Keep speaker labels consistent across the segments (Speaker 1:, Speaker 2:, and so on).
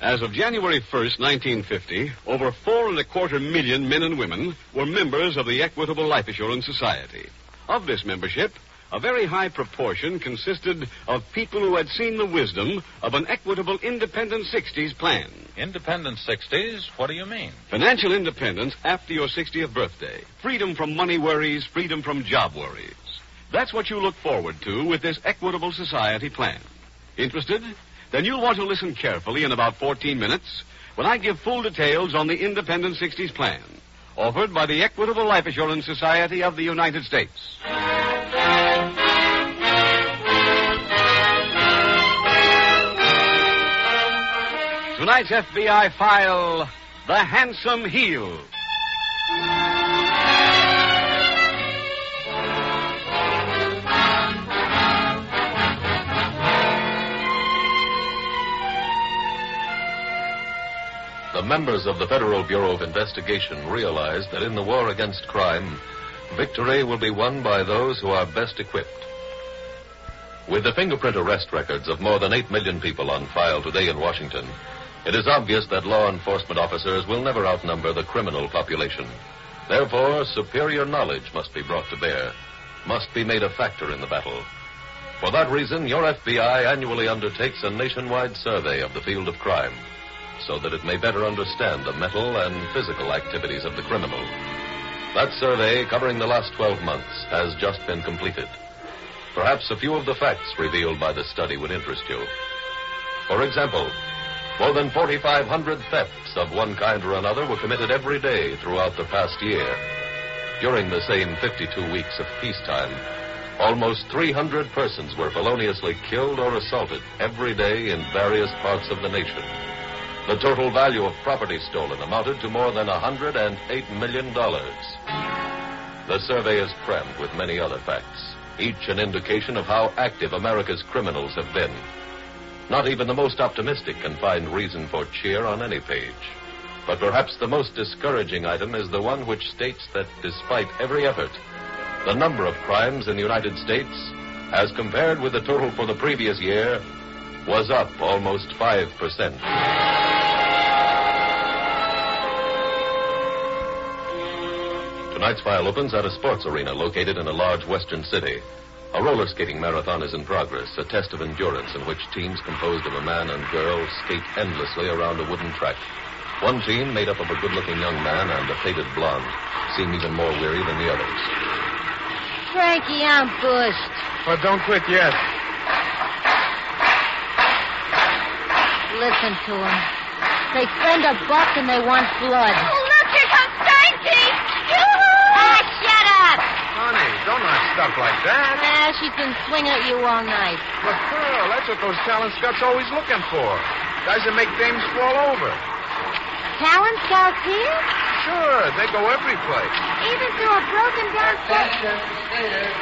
Speaker 1: As of January 1st, 1950, over four and a quarter million men and women were members of the Equitable Life Assurance Society. Of this membership, a very high proportion consisted of people who had seen the wisdom of an equitable independent 60s plan.
Speaker 2: Independent 60s? What do you mean?
Speaker 1: Financial independence after your 60th birthday. Freedom from money worries, freedom from job worries. That's what you look forward to with this Equitable Society plan. Interested? Then you'll want to listen carefully in about 14 minutes when I give full details on the Independent 60s plan, offered by the Equitable Life Assurance Society of the United States. Tonight's FBI file The Handsome Heel.
Speaker 3: The members of the Federal Bureau of Investigation realize that in the war against crime, victory will be won by those who are best equipped. With the fingerprint arrest records of more than 8 million people on file today in Washington, it is obvious that law enforcement officers will never outnumber the criminal population. Therefore, superior knowledge must be brought to bear, must be made a factor in the battle. For that reason, your FBI annually undertakes a nationwide survey of the field of crime so that it may better understand the mental and physical activities of the criminal. That survey, covering the last 12 months, has just been completed. Perhaps a few of the facts revealed by the study would interest you. For example, more than 4,500 thefts of one kind or another were committed every day throughout the past year. During the same 52 weeks of peacetime, almost 300 persons were feloniously killed or assaulted every day in various parts of the nation. The total value of property stolen amounted to more than $108 million. The survey is crammed with many other facts, each an indication of how active America's criminals have been. Not even the most optimistic can find reason for cheer on any page. But perhaps the most discouraging item is the one which states that despite every effort, the number of crimes in the United States, as compared with the total for the previous year, was up almost 5%. Tonight's file opens at a sports arena located in a large western city. A roller skating marathon is in progress, a test of endurance in which teams composed of a man and girl skate endlessly around a wooden track. One team, made up of a good looking young man and a faded blonde, seem even more weary than the others.
Speaker 4: Frankie, I'm bushed.
Speaker 5: Well, don't quit yet.
Speaker 4: Listen to them. They send a buck and they want blood. Oh, look, here comes Frankie! Ah, shut up!
Speaker 5: Honey, don't want stuff like that.
Speaker 4: Nah, she's been swinging at you all night.
Speaker 5: Look, girl, that's what those talent scouts always looking for. Guys that make dames fall over.
Speaker 4: Talent scouts here?
Speaker 5: Sure, they go every place.
Speaker 4: Even to a broken down
Speaker 6: Attention, skaters.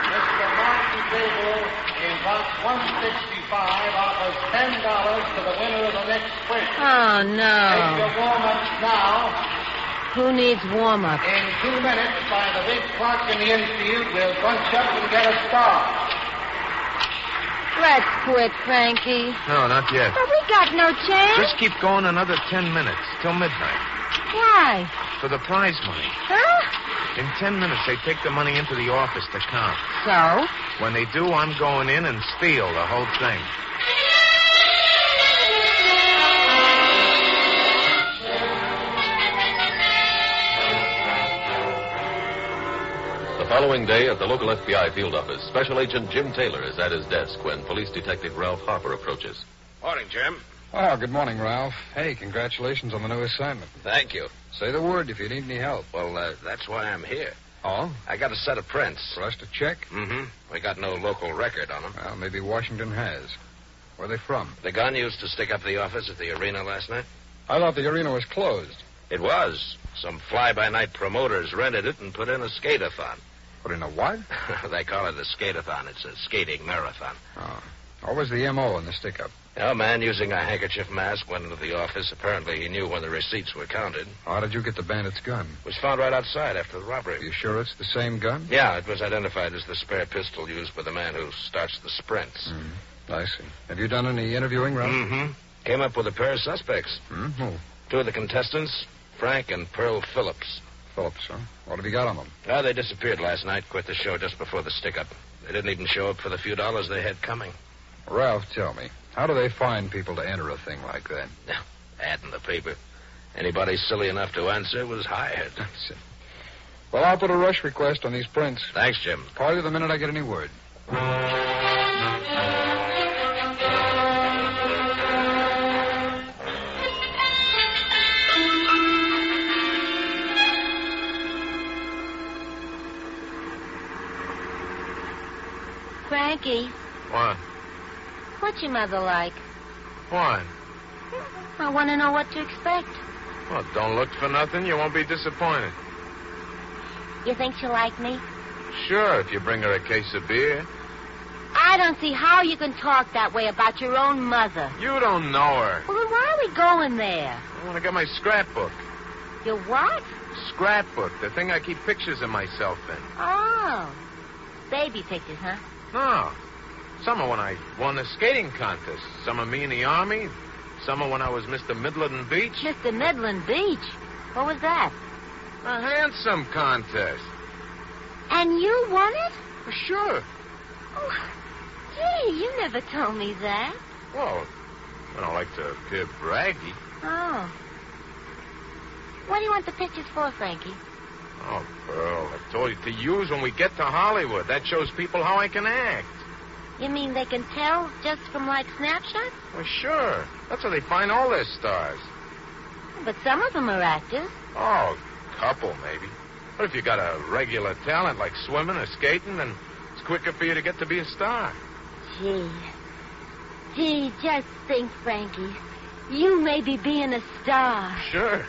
Speaker 6: Mr. Martin Dable in box 165 offers $10 to the winner of the next sprint.
Speaker 4: Oh,
Speaker 6: Make
Speaker 4: no.
Speaker 6: your warm-ups now.
Speaker 4: Who needs warm up?
Speaker 6: In two minutes, by the big clock in the infield, we'll bunch up and get a start.
Speaker 4: Let's quit, Frankie.
Speaker 5: No, not yet.
Speaker 4: But we got no chance.
Speaker 5: Just keep going another ten minutes till midnight
Speaker 4: Why?
Speaker 5: for the prize money.
Speaker 7: 啊
Speaker 4: Huh?
Speaker 5: In ten minutes, they take the money into the office to count.
Speaker 4: So?
Speaker 5: When they do, I'm going in and steal the whole thing.
Speaker 3: The following day at the local FBI field office, Special Agent Jim Taylor is at his desk when Police Detective Ralph Harper approaches.
Speaker 8: Morning, Jim. Well, good morning, Ralph. Hey, congratulations on the new assignment.
Speaker 4: Thank you.
Speaker 8: Say the word if you need any help.
Speaker 4: Well, uh, that's why I'm here.
Speaker 8: Oh?
Speaker 4: I got a set of prints.
Speaker 8: For us to check?
Speaker 4: Mm-hmm. We got no local record on them.
Speaker 8: Well, maybe Washington has. Where are they from?
Speaker 4: The gun used to stick up the office at the arena last night.
Speaker 8: I thought the arena was closed.
Speaker 4: It was. Some fly-by-night promoters rented it and put in a skate-a-thon.
Speaker 8: Put in a what?
Speaker 4: they call it a skate-a-thon. It's a skating marathon.
Speaker 8: Oh. What was the M.O. in the stick up?
Speaker 4: A man using a handkerchief mask went into the office. Apparently, he knew when the receipts were counted.
Speaker 8: How did you get the bandit's gun?
Speaker 4: It was found right outside after the robbery.
Speaker 8: Are you sure it's the same gun?
Speaker 4: Yeah, it was identified as the spare pistol used by the man who starts the sprints.
Speaker 8: Mm, I see. Have you done any interviewing, Ralph?
Speaker 4: Mm-hmm. Came up with a pair of suspects.
Speaker 8: Hmm? Who?
Speaker 4: Two of the contestants, Frank and Pearl Phillips.
Speaker 8: Phillips, huh? What have you got on them?
Speaker 4: Now, they disappeared last night, quit the show just before the stick-up. They didn't even show up for the few dollars they had coming.
Speaker 8: Ralph, tell me, how do they find people to enter a thing like that?
Speaker 4: Ad in the paper. Anybody silly enough to answer was hired.
Speaker 8: Well, I'll put a rush request on these prints.
Speaker 4: Thanks, Jim.
Speaker 8: Call you the minute I get any word.
Speaker 7: Frankie,
Speaker 1: Why?
Speaker 7: what's your mother like?
Speaker 1: Why?
Speaker 7: I want to know what to expect.
Speaker 1: Well, don't look for nothing. You won't be disappointed.
Speaker 7: You think she'll like me?
Speaker 1: Sure, if you bring her a case of beer.
Speaker 7: I don't see how you can talk that way about your own mother.
Speaker 1: You don't know her.
Speaker 7: Well, then why are we going there?
Speaker 1: I want to get my scrapbook.
Speaker 7: Your what?
Speaker 1: Scrapbook, the thing I keep pictures of myself in.
Speaker 7: Oh, baby pictures, huh?
Speaker 1: No. Some of when I won the skating contest. Some of me in the army. Some of when I was Mr. Midland Beach.
Speaker 7: Mr. Midland Beach. What was that?
Speaker 1: A handsome contest. Uh,
Speaker 7: And you won it?
Speaker 1: Sure.
Speaker 7: Oh, gee, you never told me that.
Speaker 1: Well, I don't like to appear braggy.
Speaker 7: Oh. What do you want the pictures for, Frankie?
Speaker 1: Oh, Pearl, I told you to use when we get to Hollywood. That shows people how I can act.
Speaker 7: You mean they can tell just from, like, snapshots?
Speaker 1: Well, sure. That's where they find all their stars.
Speaker 7: But some of them are actors.
Speaker 1: Oh, couple, maybe. But if you got a regular talent like swimming or skating, then it's quicker for you to get to be a star.
Speaker 7: Gee. Gee, just think, Frankie. You may be being a star.
Speaker 1: Sure.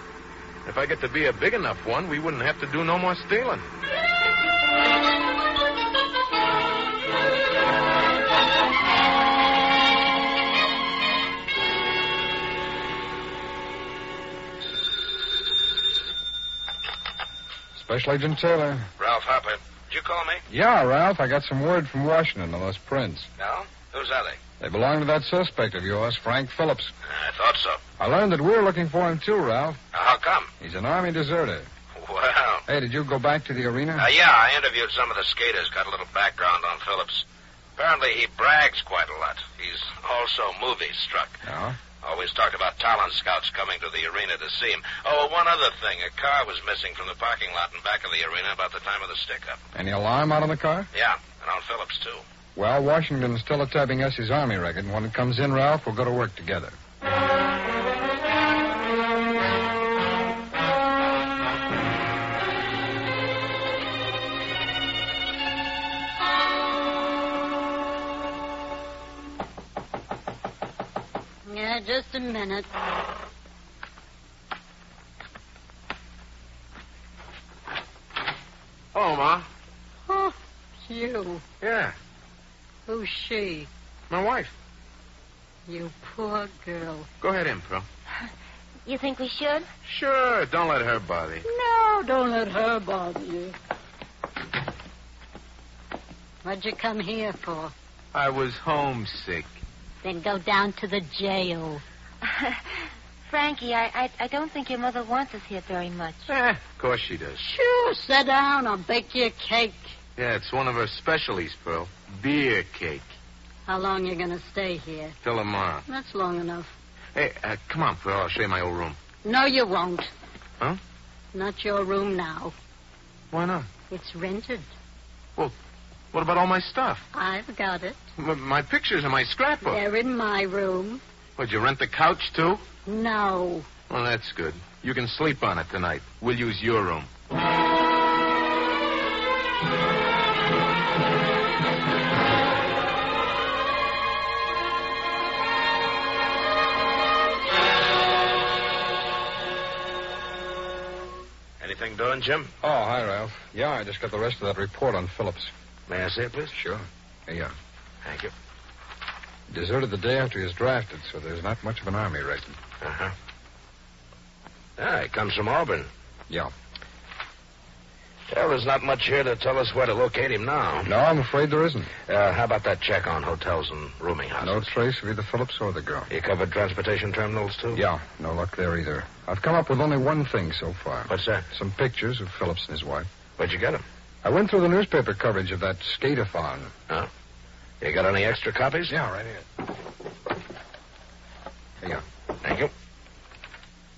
Speaker 1: If I get to be a big enough one, we wouldn't have to do no more stealing.
Speaker 8: Special Agent Taylor.
Speaker 4: Ralph Harper, did you call me?
Speaker 8: Yeah, Ralph, I got some word from Washington on those prints.
Speaker 4: No? Who's that? they?
Speaker 8: They belong to that suspect of yours, Frank Phillips.
Speaker 4: I thought so.
Speaker 8: I learned that we're looking for him, too, Ralph.
Speaker 4: Now, how come?
Speaker 8: He's an Army deserter.
Speaker 4: Well,
Speaker 8: Hey, did you go back to the arena?
Speaker 4: uh, yeah, I interviewed some of the skaters. Got a little background on Phillips. Apparently, he brags quite a lot. He's also movie struck.
Speaker 8: No.
Speaker 4: Always Oh, talked about talent scouts coming to the arena to see him. Oh, one other thing. A car was missing from the parking lot in back of the arena about the time of the stick-up.
Speaker 8: Any alarm out on the car?
Speaker 4: Yeah, and on Phillips, too.
Speaker 8: Well, Washington's teletyping us his Army record, and when it comes in, Ralph, we'll go to work together.
Speaker 7: Yeah, just a minute.
Speaker 1: Hello, Ma.
Speaker 9: Oh, it's you.
Speaker 1: Yeah,
Speaker 9: Who's she?
Speaker 1: my wife.
Speaker 9: You poor girl.
Speaker 1: Go ahead in, Pearl.
Speaker 7: You think we should?
Speaker 1: Sure, don't let her bother you.
Speaker 9: No, don't let her bother you. What'd you come here for?
Speaker 1: I was homesick.
Speaker 9: Then go down to the jail.
Speaker 7: Frankie, I, I, I don't think your mother wants us here very much.
Speaker 1: Eh, of course she does.
Speaker 9: Sure, sit down. I'll bake you a cake.
Speaker 1: Yeah, it's one of her specialties, Pearl. Beer cake.
Speaker 9: How long you gonna stay here?
Speaker 1: Till tomorrow.
Speaker 9: That's long enough.
Speaker 1: Hey, uh, come on, Pearl. I'll show you my old room.
Speaker 9: No, you won't.
Speaker 1: Huh?
Speaker 9: Not your room now.
Speaker 1: Why not?
Speaker 9: It's rented.
Speaker 1: What about all my stuff?
Speaker 9: I've got it.
Speaker 1: M- my pictures and my scrapbook.
Speaker 9: They're in my room.
Speaker 5: Would you rent the couch, too?
Speaker 7: No.
Speaker 5: Well, that's good. You can sleep on it tonight. We'll use your room.
Speaker 10: Anything doing, Jim?
Speaker 8: Oh, hi, Ralph. Yeah, I just got the rest of that report on Phillips.
Speaker 10: May I see it, please?
Speaker 8: Sure. Yeah.
Speaker 10: Thank you.
Speaker 8: Deserted the day after he was drafted, so there's not much of an army record.
Speaker 10: Uh huh. Ah, he comes from Auburn.
Speaker 8: Yeah.
Speaker 10: Well, there's not much here to tell us where to locate him now.
Speaker 8: No, I'm afraid there isn't.
Speaker 10: Uh, how about that check on hotels and rooming houses?
Speaker 8: No trace of either Phillips or the girl.
Speaker 10: You covered transportation terminals, too?
Speaker 8: Yeah, no luck there either. I've come up with only one thing so far.
Speaker 10: What's that?
Speaker 8: Some pictures of Phillips and his wife.
Speaker 10: Where'd you get him?
Speaker 8: I went through the newspaper coverage of that skate-a-thon.
Speaker 10: You got any extra copies?
Speaker 8: Yeah, right here. Here you are.
Speaker 10: Thank you.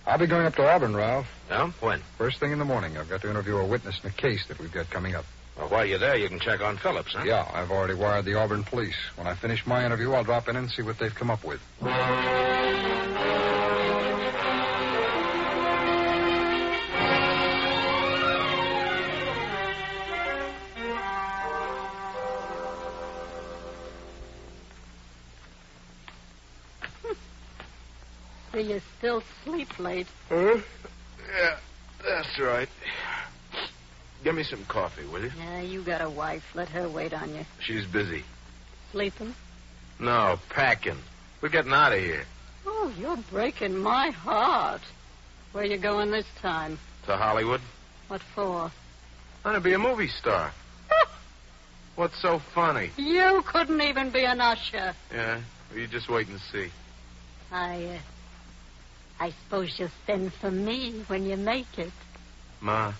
Speaker 8: I'll be going up to Auburn, Ralph.
Speaker 10: No? When?
Speaker 8: First thing in the morning. I've got to interview a witness in a case that we've got coming up.
Speaker 10: Well, while you're there, you can check on Phillips, huh?
Speaker 8: Yeah, I've already wired the Auburn police. When I finish my interview, I'll drop in and see what they've come up with.
Speaker 7: Do you still sleep late?
Speaker 5: Huh? Yeah, that's right. Give me some coffee, will you?
Speaker 7: Yeah, you got a wife. Let her wait on you.
Speaker 5: She's busy.
Speaker 7: Sleeping?
Speaker 5: No, packing. We're getting out of here.
Speaker 7: Oh, you're breaking my heart. Where you going this time?
Speaker 5: To Hollywood?
Speaker 7: What for?
Speaker 5: I'm going to be a movie star. What's so funny?
Speaker 7: You couldn't even be an usher.
Speaker 5: Yeah, well, you just wait and see.
Speaker 7: I, uh, I suppose you'll send for me when you make it.
Speaker 5: Ma,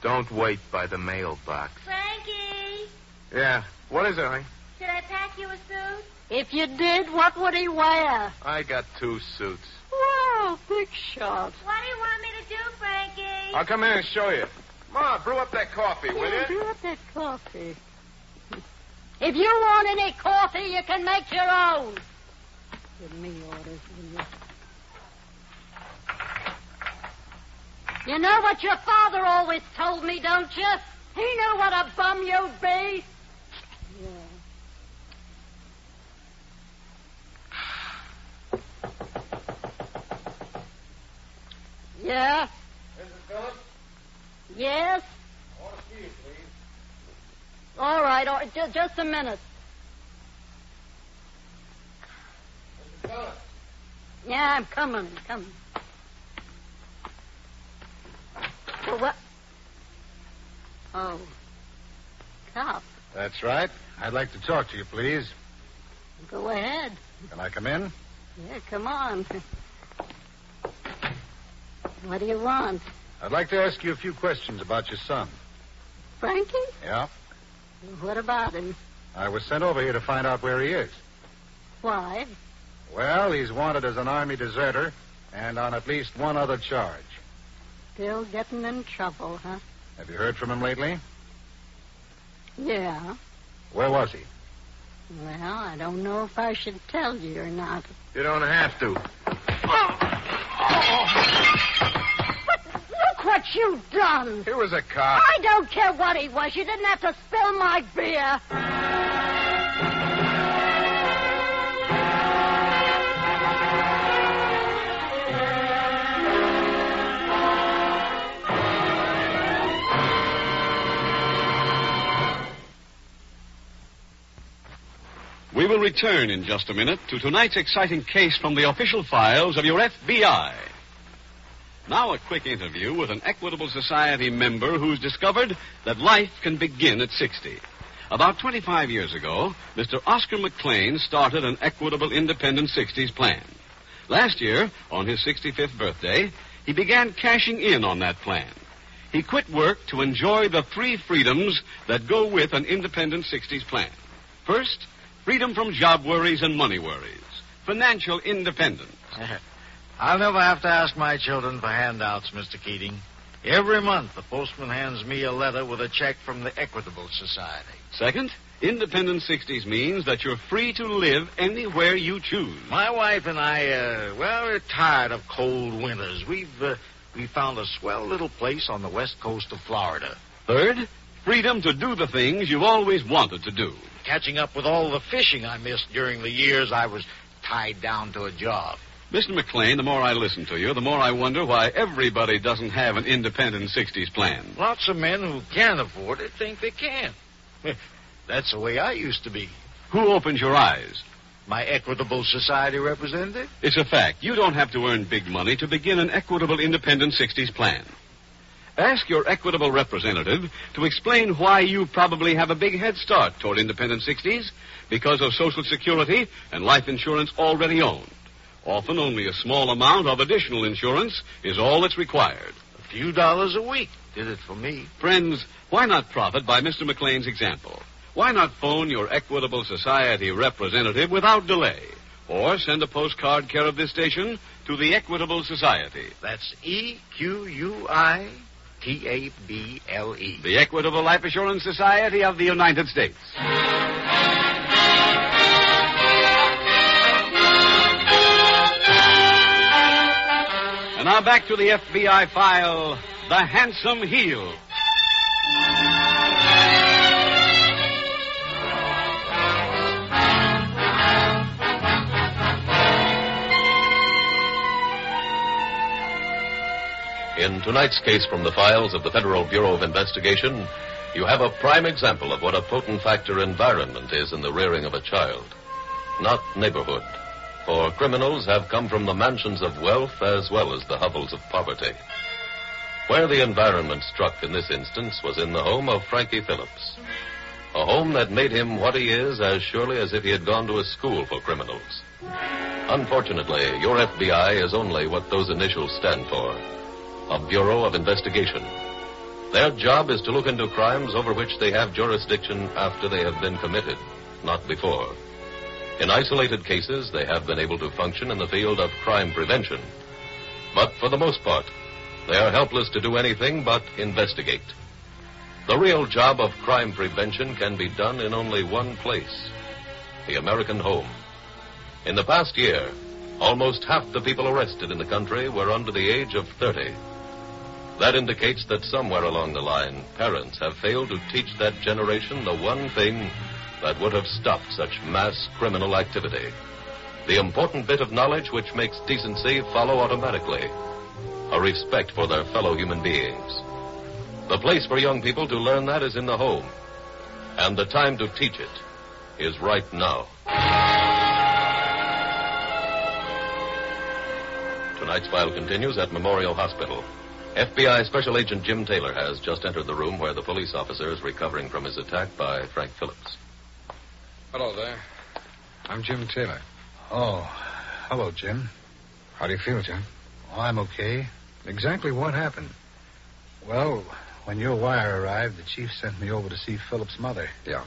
Speaker 5: don't wait by the mailbox.
Speaker 4: Frankie,
Speaker 5: Yeah, what is it, honey?
Speaker 4: should I pack you a suit?
Speaker 7: If you did, what would he wear?
Speaker 5: I got two suits.
Speaker 7: Wow, big shot.
Speaker 4: What do you want me to do, Frankie?
Speaker 5: I'll come in and show you. Ma, brew up that coffee, will
Speaker 7: Yeah,
Speaker 5: you?
Speaker 7: brew up that coffee. If you want any coffee, you can make your own. Give me orders, will you? You know what your father always told me, don't you? He knew what a bum you'd be. Yeah. Yeah?
Speaker 6: Mrs. Phillips,
Speaker 7: Yes?
Speaker 6: I want to see you, please.
Speaker 7: All right, all right ju- just a minute.
Speaker 6: Mrs. Phillips.
Speaker 7: Yeah, I'm coming. I'm coming. Well, what? Oh. Cop,
Speaker 8: That's right. I'd like to talk to you, please.
Speaker 7: go ahead.
Speaker 8: Can I come in?
Speaker 7: Yeah, come on. What do you want?
Speaker 8: I'd like to ask you a few questions about your son.
Speaker 7: Frankie?
Speaker 8: Yeah?
Speaker 7: What about him?
Speaker 8: I was sent over here to find out where he is.
Speaker 7: Why?
Speaker 8: Well, he's wanted as an Army deserter and on at least one other charge.
Speaker 7: Still getting in trouble, huh?
Speaker 8: Have you heard from him lately?
Speaker 7: Yeah.
Speaker 8: Where was he?
Speaker 7: Well, I don't know if I should tell you or not.
Speaker 5: You don't have to.
Speaker 7: Look what you've done!
Speaker 5: It was a cop.
Speaker 7: I don't care what he was. You didn't have to spill my beer.
Speaker 1: We will return in just a minute to tonight's exciting case from the official files of your FBI. Now, a quick interview with an Equitable Society member who's discovered that life can begin at 60. About 25 years ago, Mr. Oscar McLean started an Equitable Independent 60s plan. Last year, on his 65th birthday, he began cashing in on that plan. He quit work to enjoy the three freedoms that go with an Independent 60s plan. First, freedom from job worries and money worries, financial independence.
Speaker 11: I'll never have to ask my children for handouts, Mr. Keating. Every month, the postman hands me a letter with a check from the Equitable Society.
Speaker 1: Second, Independent 60s means that you're free to live anywhere you choose.
Speaker 12: My wife and I, uh, well, we're tired of cold winters. We've uh, we found a swell little place on the west coast of Florida.
Speaker 1: Third, freedom to do the things you've always wanted to do.
Speaker 12: Catching up with all the fishing I missed during the years I was tied down to a job.
Speaker 1: Mr. McLean, the more I listen to you, the more I wonder why everybody doesn't have an independent 60s plan.
Speaker 12: Lots of men who can afford it think they can. That's the way I used to be.
Speaker 1: Who opens your eyes?
Speaker 12: My Equitable Society representative?
Speaker 1: It's a fact. You don't have to earn big money to begin an equitable independent 60s plan. Ask your equitable representative to explain why you probably have a big head start toward independent 60s because of Social Security and life insurance already owned. Often only a small amount of additional insurance is all that's required.
Speaker 12: A few dollars a week did it for me.
Speaker 1: Friends, why not profit by Mr. McLean's example? Why not phone your Equitable Society representative without delay? Or send a postcard care of this station to the Equitable Society.
Speaker 12: That's E Q U I T A B L E.
Speaker 1: The Equitable Life Assurance Society of the United States. And now back to the FBI file The Handsome Heel.
Speaker 3: In tonight's case from the files of the Federal Bureau of Investigation, you have a prime example of what a potent factor environment is in the rearing of a child. Not neighborhood, for criminals have come from the mansions of wealth as well as the hovels of poverty. Where the environment struck in this instance was in the home of Frankie Phillips. A home that made him what he is as surely as if he had gone to a school for criminals. Unfortunately, your FBI is only what those initials stand for a Bureau of Investigation. Their job is to look into crimes over which they have jurisdiction after they have been committed, not before. In isolated cases, they have been able to function in the field of crime prevention. But for the most part, they are helpless to do anything but investigate. The real job of crime prevention can be done in only one place the American home. In the past year, almost half the people arrested in the country were under the age of 30. That indicates that somewhere along the line, parents have failed to teach that generation the one thing that would have stopped such mass criminal activity. The important bit of knowledge which makes decency follow automatically a respect for their fellow human beings. The place for young people to learn that is in the home, and the time to teach it is right now. Tonight's file continues at Memorial Hospital. FBI Special Agent Jim Taylor has just entered the room where the police officer is recovering from his attack by Frank Phillips.
Speaker 8: Hello there. I'm Jim Taylor. Oh, hello, Jim. How do you feel, Jim? Oh, I'm okay. Exactly what happened? Well, when your wire arrived, the chief sent me over to see Philip's mother. Yeah.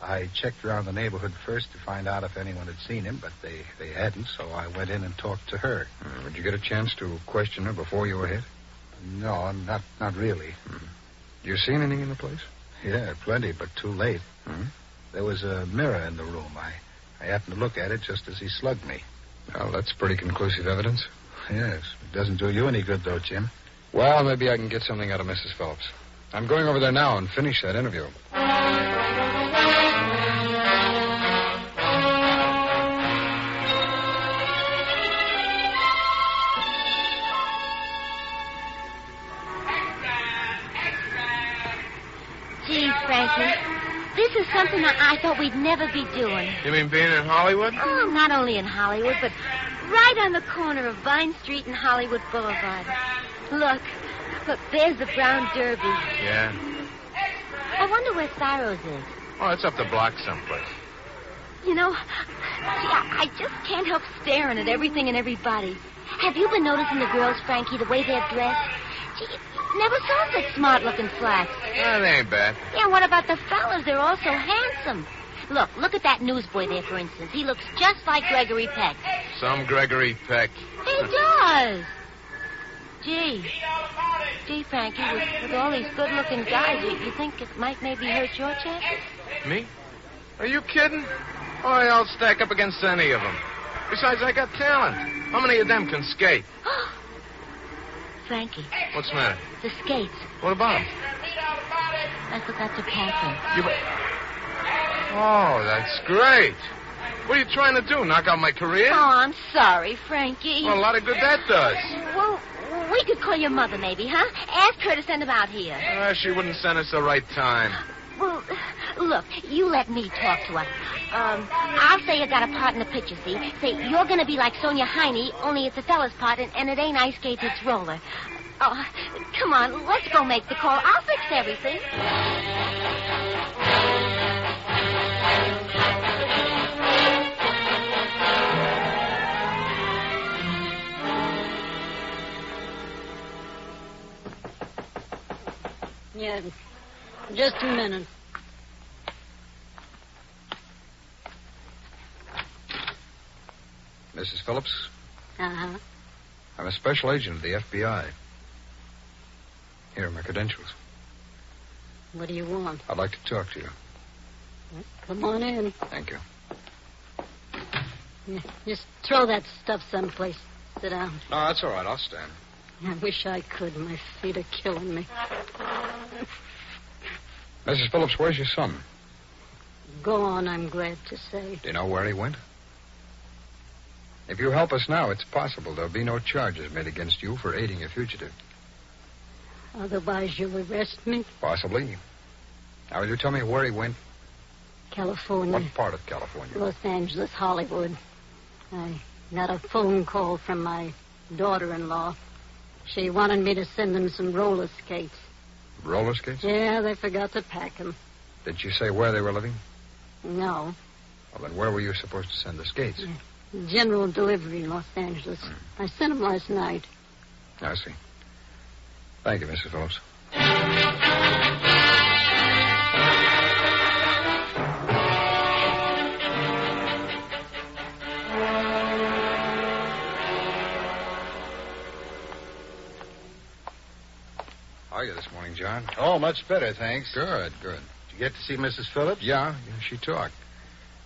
Speaker 13: I checked around the neighborhood first to find out if anyone had seen him, but they, they hadn't, so I went in and talked to her.
Speaker 8: Hmm, Did you get a chance to question her before you were hit? Hmm.
Speaker 13: No, not not really.
Speaker 8: You seen anything in the place?
Speaker 13: Yeah, plenty, but too late.
Speaker 8: Hmm?
Speaker 13: There was a mirror in the room. I, I happened to look at it just as he slugged me.
Speaker 8: Well, that's pretty conclusive evidence.
Speaker 13: Yes, it doesn't do you any good, though, Jim.
Speaker 8: Well, maybe I can get something out of Mrs. Phillips. I'm going over there now and finish that interview.
Speaker 7: Gee, Frankie, this is something I I thought we'd never be doing.
Speaker 14: You mean being in Hollywood?
Speaker 7: Oh, not only in Hollywood, but right on the corner of Vine Street and Hollywood Boulevard. Look, look, there's the brown derby.
Speaker 14: Yeah.
Speaker 7: I wonder where Cyrus is.
Speaker 14: Oh, it's up the block someplace.
Speaker 7: You know, gee, I, I just can't help staring at everything and everybody. Have you been noticing the girls, Frankie, the way they're dressed? Gee, never saw such smart-looking flats.
Speaker 14: Well, they ain't bad.
Speaker 7: Yeah, what about the fellas? They're all so handsome. Look, look at that newsboy there, for instance. He looks just like Gregory Peck.
Speaker 14: Some Gregory Peck.
Speaker 7: He does.
Speaker 4: Gee. Gee, Frankie, with, with all these good looking guys, you, you think it might maybe hurt your chances?
Speaker 5: Me? Are you kidding? Oh, I'll stack up against any of them. Besides, I got talent. How many of them can skate?
Speaker 4: Frankie,
Speaker 5: What's the matter?
Speaker 4: the skates.
Speaker 5: What about them?
Speaker 4: I forgot to pack
Speaker 5: You... Oh, that's great. What are you trying to do? Knock out my career?
Speaker 4: them. Oh, I'm sorry, Frankie.
Speaker 5: Well, a lot of good that does.
Speaker 4: Well, we could call your mother, maybe, huh? Ask her to send them out here.
Speaker 5: Ah, she wouldn't send us the right time.
Speaker 4: Well, look, you let me talk to her. Um, I'll say you got a part in the picture, see? Say, you're going to be like Sonia Heine, only it's a fella's part, and, and it ain't ice skates, it's roller. Oh, come on, let's go make the call. I'll fix everything.
Speaker 7: Yeah. Just a minute.
Speaker 8: Mrs. Phillips,
Speaker 7: Uh-huh.
Speaker 8: I'm a special agent of the FBI. Here are my credentials.
Speaker 7: What do you want?
Speaker 8: I'd like to talk to you.
Speaker 7: Come on in.
Speaker 8: Thank you.
Speaker 7: Yeah, Just throw that stuff someplace. Sit down.
Speaker 8: No, that's all right. I'll stand.
Speaker 7: I wish I could. My feet are killing me.
Speaker 8: Mrs. Phillips, where's your son?
Speaker 7: Go on, I'm glad to say.
Speaker 8: Do you know where he went? If you help us now, it's possible there'll be no charges made against you for aiding a fugitive.
Speaker 7: Otherwise, you'll arrest me.
Speaker 8: Possibly. Now, will you tell me where he went?
Speaker 7: California,
Speaker 8: What part of California?
Speaker 7: Los Angeles, Hollywood. I got a phone call from my daughter in law. She wanted me to send them some roller skates.
Speaker 8: Roller skates?
Speaker 7: Yeah, they forgot to pack them.
Speaker 8: Did she say where they were living?
Speaker 7: No.
Speaker 8: Well, then where were you supposed to send the skates?
Speaker 15: Hmm.
Speaker 7: General delivery in Los Angeles.
Speaker 8: Mm.
Speaker 7: I sent them last night.
Speaker 8: I see. Thank you, Mrs. Phillips. How are you this morning, John?
Speaker 15: Oh, much better, thanks.
Speaker 8: Good, good.
Speaker 15: Did you get to see Mrs. Phillips?
Speaker 8: Yeah, yeah, she talked.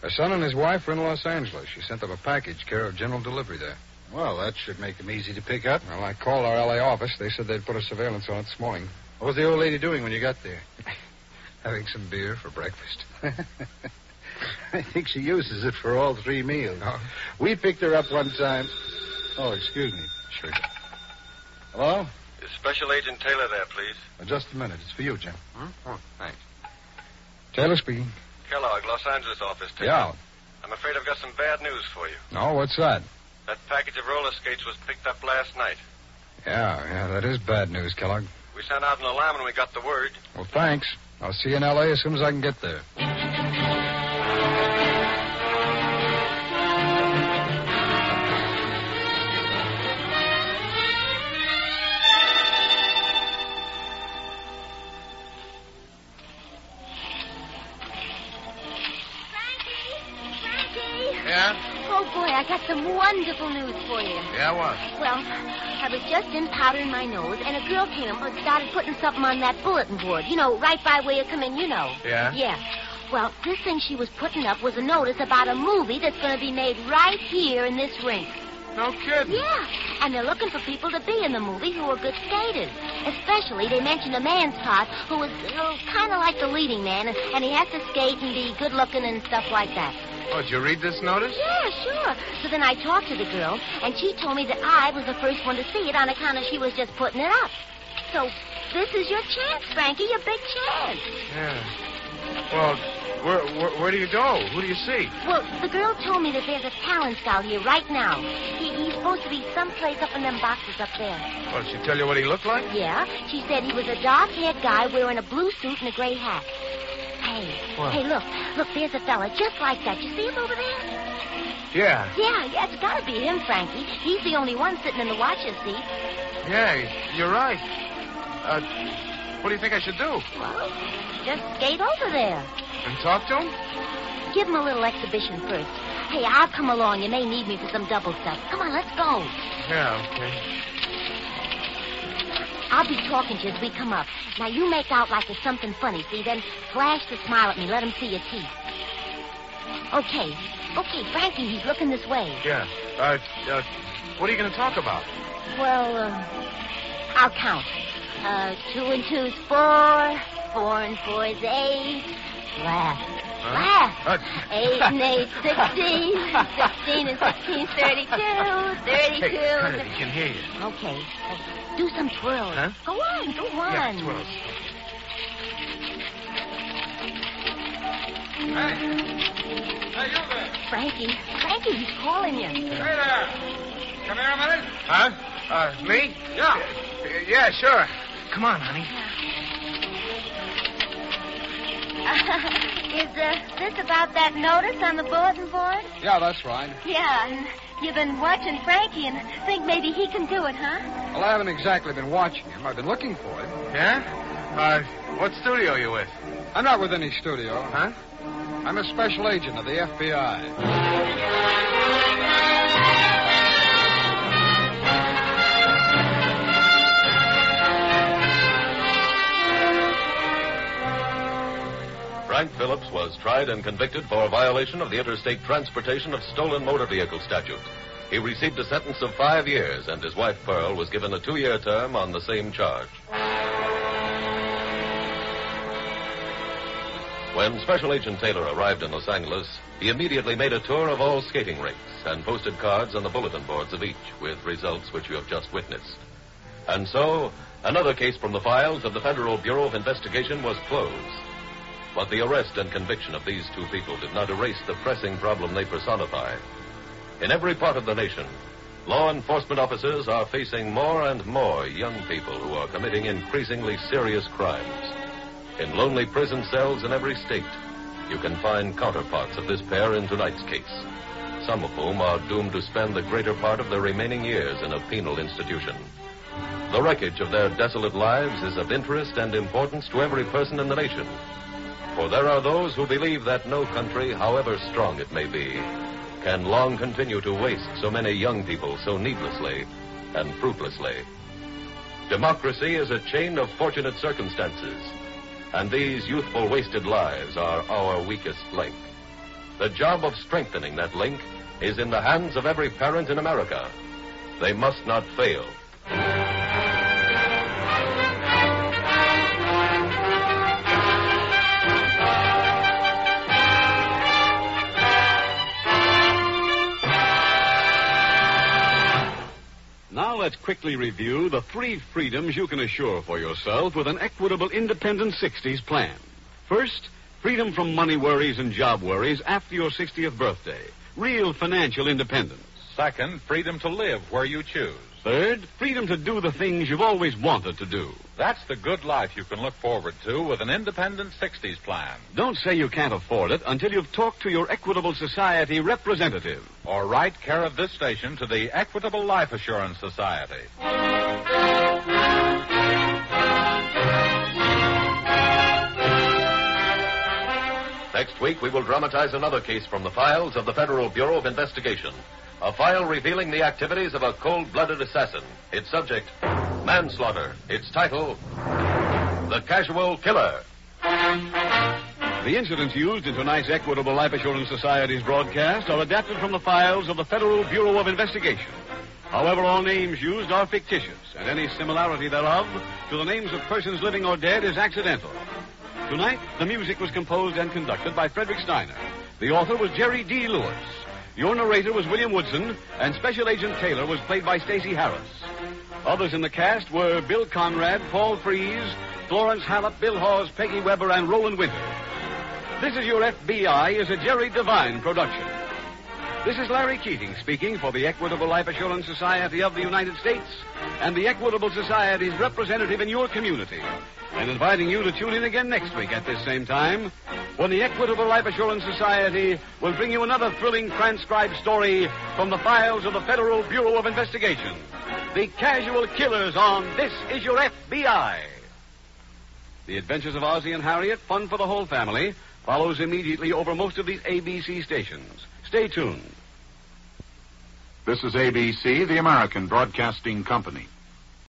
Speaker 8: Her son and his wife were in Los Angeles. She sent them a package care of general delivery there.
Speaker 15: Well, that should make them easy to pick up.
Speaker 8: Well, I called our L.A. office. They said they'd put a surveillance on it this morning.
Speaker 15: What was the old lady doing when you got there?
Speaker 8: Having some beer for breakfast.
Speaker 15: I think she uses it for all three meals.
Speaker 8: Oh.
Speaker 15: We picked her up one time. Oh, excuse me.
Speaker 8: Sure.
Speaker 15: Hello?
Speaker 16: Is Special Agent Taylor there, please?
Speaker 15: Uh, Just a minute. It's for you, Jim.
Speaker 8: Oh, thanks. Taylor speaking.
Speaker 16: Kellogg, Los Angeles office,
Speaker 8: Yeah.
Speaker 16: Taylor. I'm afraid I've got some bad news for you.
Speaker 8: No, what's that?
Speaker 16: That package of roller skates was picked up last night.
Speaker 8: Yeah, yeah, that is bad news, Kellogg.
Speaker 16: We sent out an alarm when we got the word.
Speaker 8: Well, thanks. I'll see you in L.A. as soon as I can get there.
Speaker 5: Yeah?
Speaker 4: Oh, boy, I got some wonderful news for you.
Speaker 5: Yeah, what?
Speaker 4: Well, I was just in powdering my nose, and a girl came up and started putting something on that bulletin board. You know, right by where you come in, you know.
Speaker 6: Yeah?
Speaker 4: Yeah. Well, this thing she was putting up was a notice about a movie that's going to be made right here in this rink.
Speaker 5: No kidding.
Speaker 4: Yeah, and they're looking for people to be in the movie who are good skaters. Especially, they mentioned a man's part who is kind of like the leading man, and, and he has to skate and be good looking and stuff like that.
Speaker 5: Oh, did you read this notice?
Speaker 4: Yeah, sure. So then I talked to the girl, and she told me that I was the first one to see it on account of she was just putting it up. So this is your chance, Frankie, your big chance.
Speaker 5: Yeah. Well, where, where, where do you go? Who do you see?
Speaker 4: Well, the girl told me that there's a talent scout here right now. He, he's supposed to be someplace up in them boxes up there.
Speaker 5: Well, did she tell you what he looked like?
Speaker 4: Yeah, she said he was a dark-haired guy wearing a blue suit and a gray hat. Hey,
Speaker 5: What?
Speaker 4: hey, look, look, there's a fella just like that. You see him over there?
Speaker 5: Yeah.
Speaker 4: Yeah, yeah, it's gotta be him, Frankie. He's the only one sitting in the watcher's seat.
Speaker 5: Yeah, you're right. Uh, what do you think I should do?
Speaker 4: Well, just skate over there.
Speaker 5: And talk to him?
Speaker 4: Give him a little exhibition first. Hey, I'll come along. You may need me for some double stuff. Come on, let's go.
Speaker 5: Yeah, okay.
Speaker 4: I'll be talking to you as we come up. Now, you make out like there's something funny, see? Then flash the smile at me. Let him see your teeth. Okay. Okay, Frankie, he's looking this way.
Speaker 5: Yeah. Uh, uh, what are you going to talk about?
Speaker 4: Well, uh, I'll count. Uh, two and two's four. Four and four's eight. Laugh. Laugh.
Speaker 5: Uh,
Speaker 4: Eight and eight's sixteen. Sixteen and sixteen's thirty-two. Thirty-two.
Speaker 5: Hey, Kennedy can hear you.
Speaker 4: Okay. Uh, Do some twirls.
Speaker 5: Huh?
Speaker 4: Go on, go on.
Speaker 5: Yeah, twirls.
Speaker 17: Hey, you there.
Speaker 4: Frankie. Frankie, he's calling you.
Speaker 17: Hey there. Come here a minute.
Speaker 5: Huh? Uh, me?
Speaker 17: Yeah.
Speaker 5: Uh, yeah, sure. Come on, honey.
Speaker 4: is uh, this about that notice on the bulletin board?
Speaker 8: Yeah, that's right.
Speaker 4: Yeah, and you've been watching Frankie and think maybe he can do it, huh?
Speaker 8: Well, I haven't exactly been watching him. I've been looking for him.
Speaker 5: Yeah? Uh, what studio are you with?
Speaker 8: I'm not with any studio. Huh? I'm a special agent of the FBI.
Speaker 3: Frank Phillips was tried and convicted for violation of the interstate transportation of stolen motor vehicle statute. He received a sentence of five years, and his wife Pearl was given a two year term on the same charge. When Special Agent Taylor arrived in Los Angeles, he immediately made a tour of all skating rinks and posted cards on the bulletin boards of each with results which you have just witnessed. And so, another case from the files of the Federal Bureau of Investigation was closed. But the arrest and conviction of these two people did not erase the pressing problem they personify. In every part of the nation, law enforcement officers are facing more and more young people who are committing increasingly serious crimes. In lonely prison cells in every state, you can find counterparts of this pair in tonight's case, some of whom are doomed to spend the greater part of their remaining years in a penal institution. The wreckage of their desolate lives is of interest and importance to every person in the nation. For there are those who believe that no country, however strong it may be, can long continue to waste so many young people so needlessly and fruitlessly. Democracy is a chain of fortunate circumstances, and these youthful wasted lives are our weakest link. The job of strengthening that link is in the hands of every parent in America. They must not fail.
Speaker 1: Now let's quickly review the three freedoms you can assure for yourself with an equitable independent 60s plan. First, freedom from money worries and job worries after your 60th birthday. Real financial independence.
Speaker 2: Second, freedom to live where you choose.
Speaker 1: Third, freedom to do the things you've always wanted to do.
Speaker 2: That's the good life you can look forward to with an independent 60s plan.
Speaker 1: Don't say you can't afford it until you've talked to your Equitable Society representative.
Speaker 2: Or write care of this station to the Equitable Life Assurance Society.
Speaker 3: Next week, we will dramatize another case from the files of the Federal Bureau of Investigation. A file revealing the activities of a cold blooded assassin. Its subject, manslaughter. Its title, The Casual Killer.
Speaker 1: The incidents used in tonight's Equitable Life Assurance Society's broadcast are adapted from the files of the Federal Bureau of Investigation. However, all names used are fictitious, and any similarity thereof to the names of persons living or dead is accidental. Tonight, the music was composed and conducted by Frederick Steiner. The author was Jerry D. Lewis. Your narrator was William Woodson, and Special Agent Taylor was played by Stacey Harris. Others in the cast were Bill Conrad, Paul Fries, Florence Hallop, Bill Hawes, Peggy Weber, and Roland Winter. This is Your FBI is a Jerry Devine production. This is Larry Keating speaking for the Equitable Life Assurance Society of the United States and the Equitable Society's representative in your community, and inviting you to tune in again next week at this same time when the Equitable Life Assurance Society will bring you another thrilling transcribed story from the files of the Federal Bureau of Investigation. The Casual Killers on This Is Your FBI. The Adventures of Ozzie and Harriet, fun for the whole family, follows immediately over most of these ABC stations. Stay tuned.
Speaker 18: This is ABC, the American Broadcasting Company.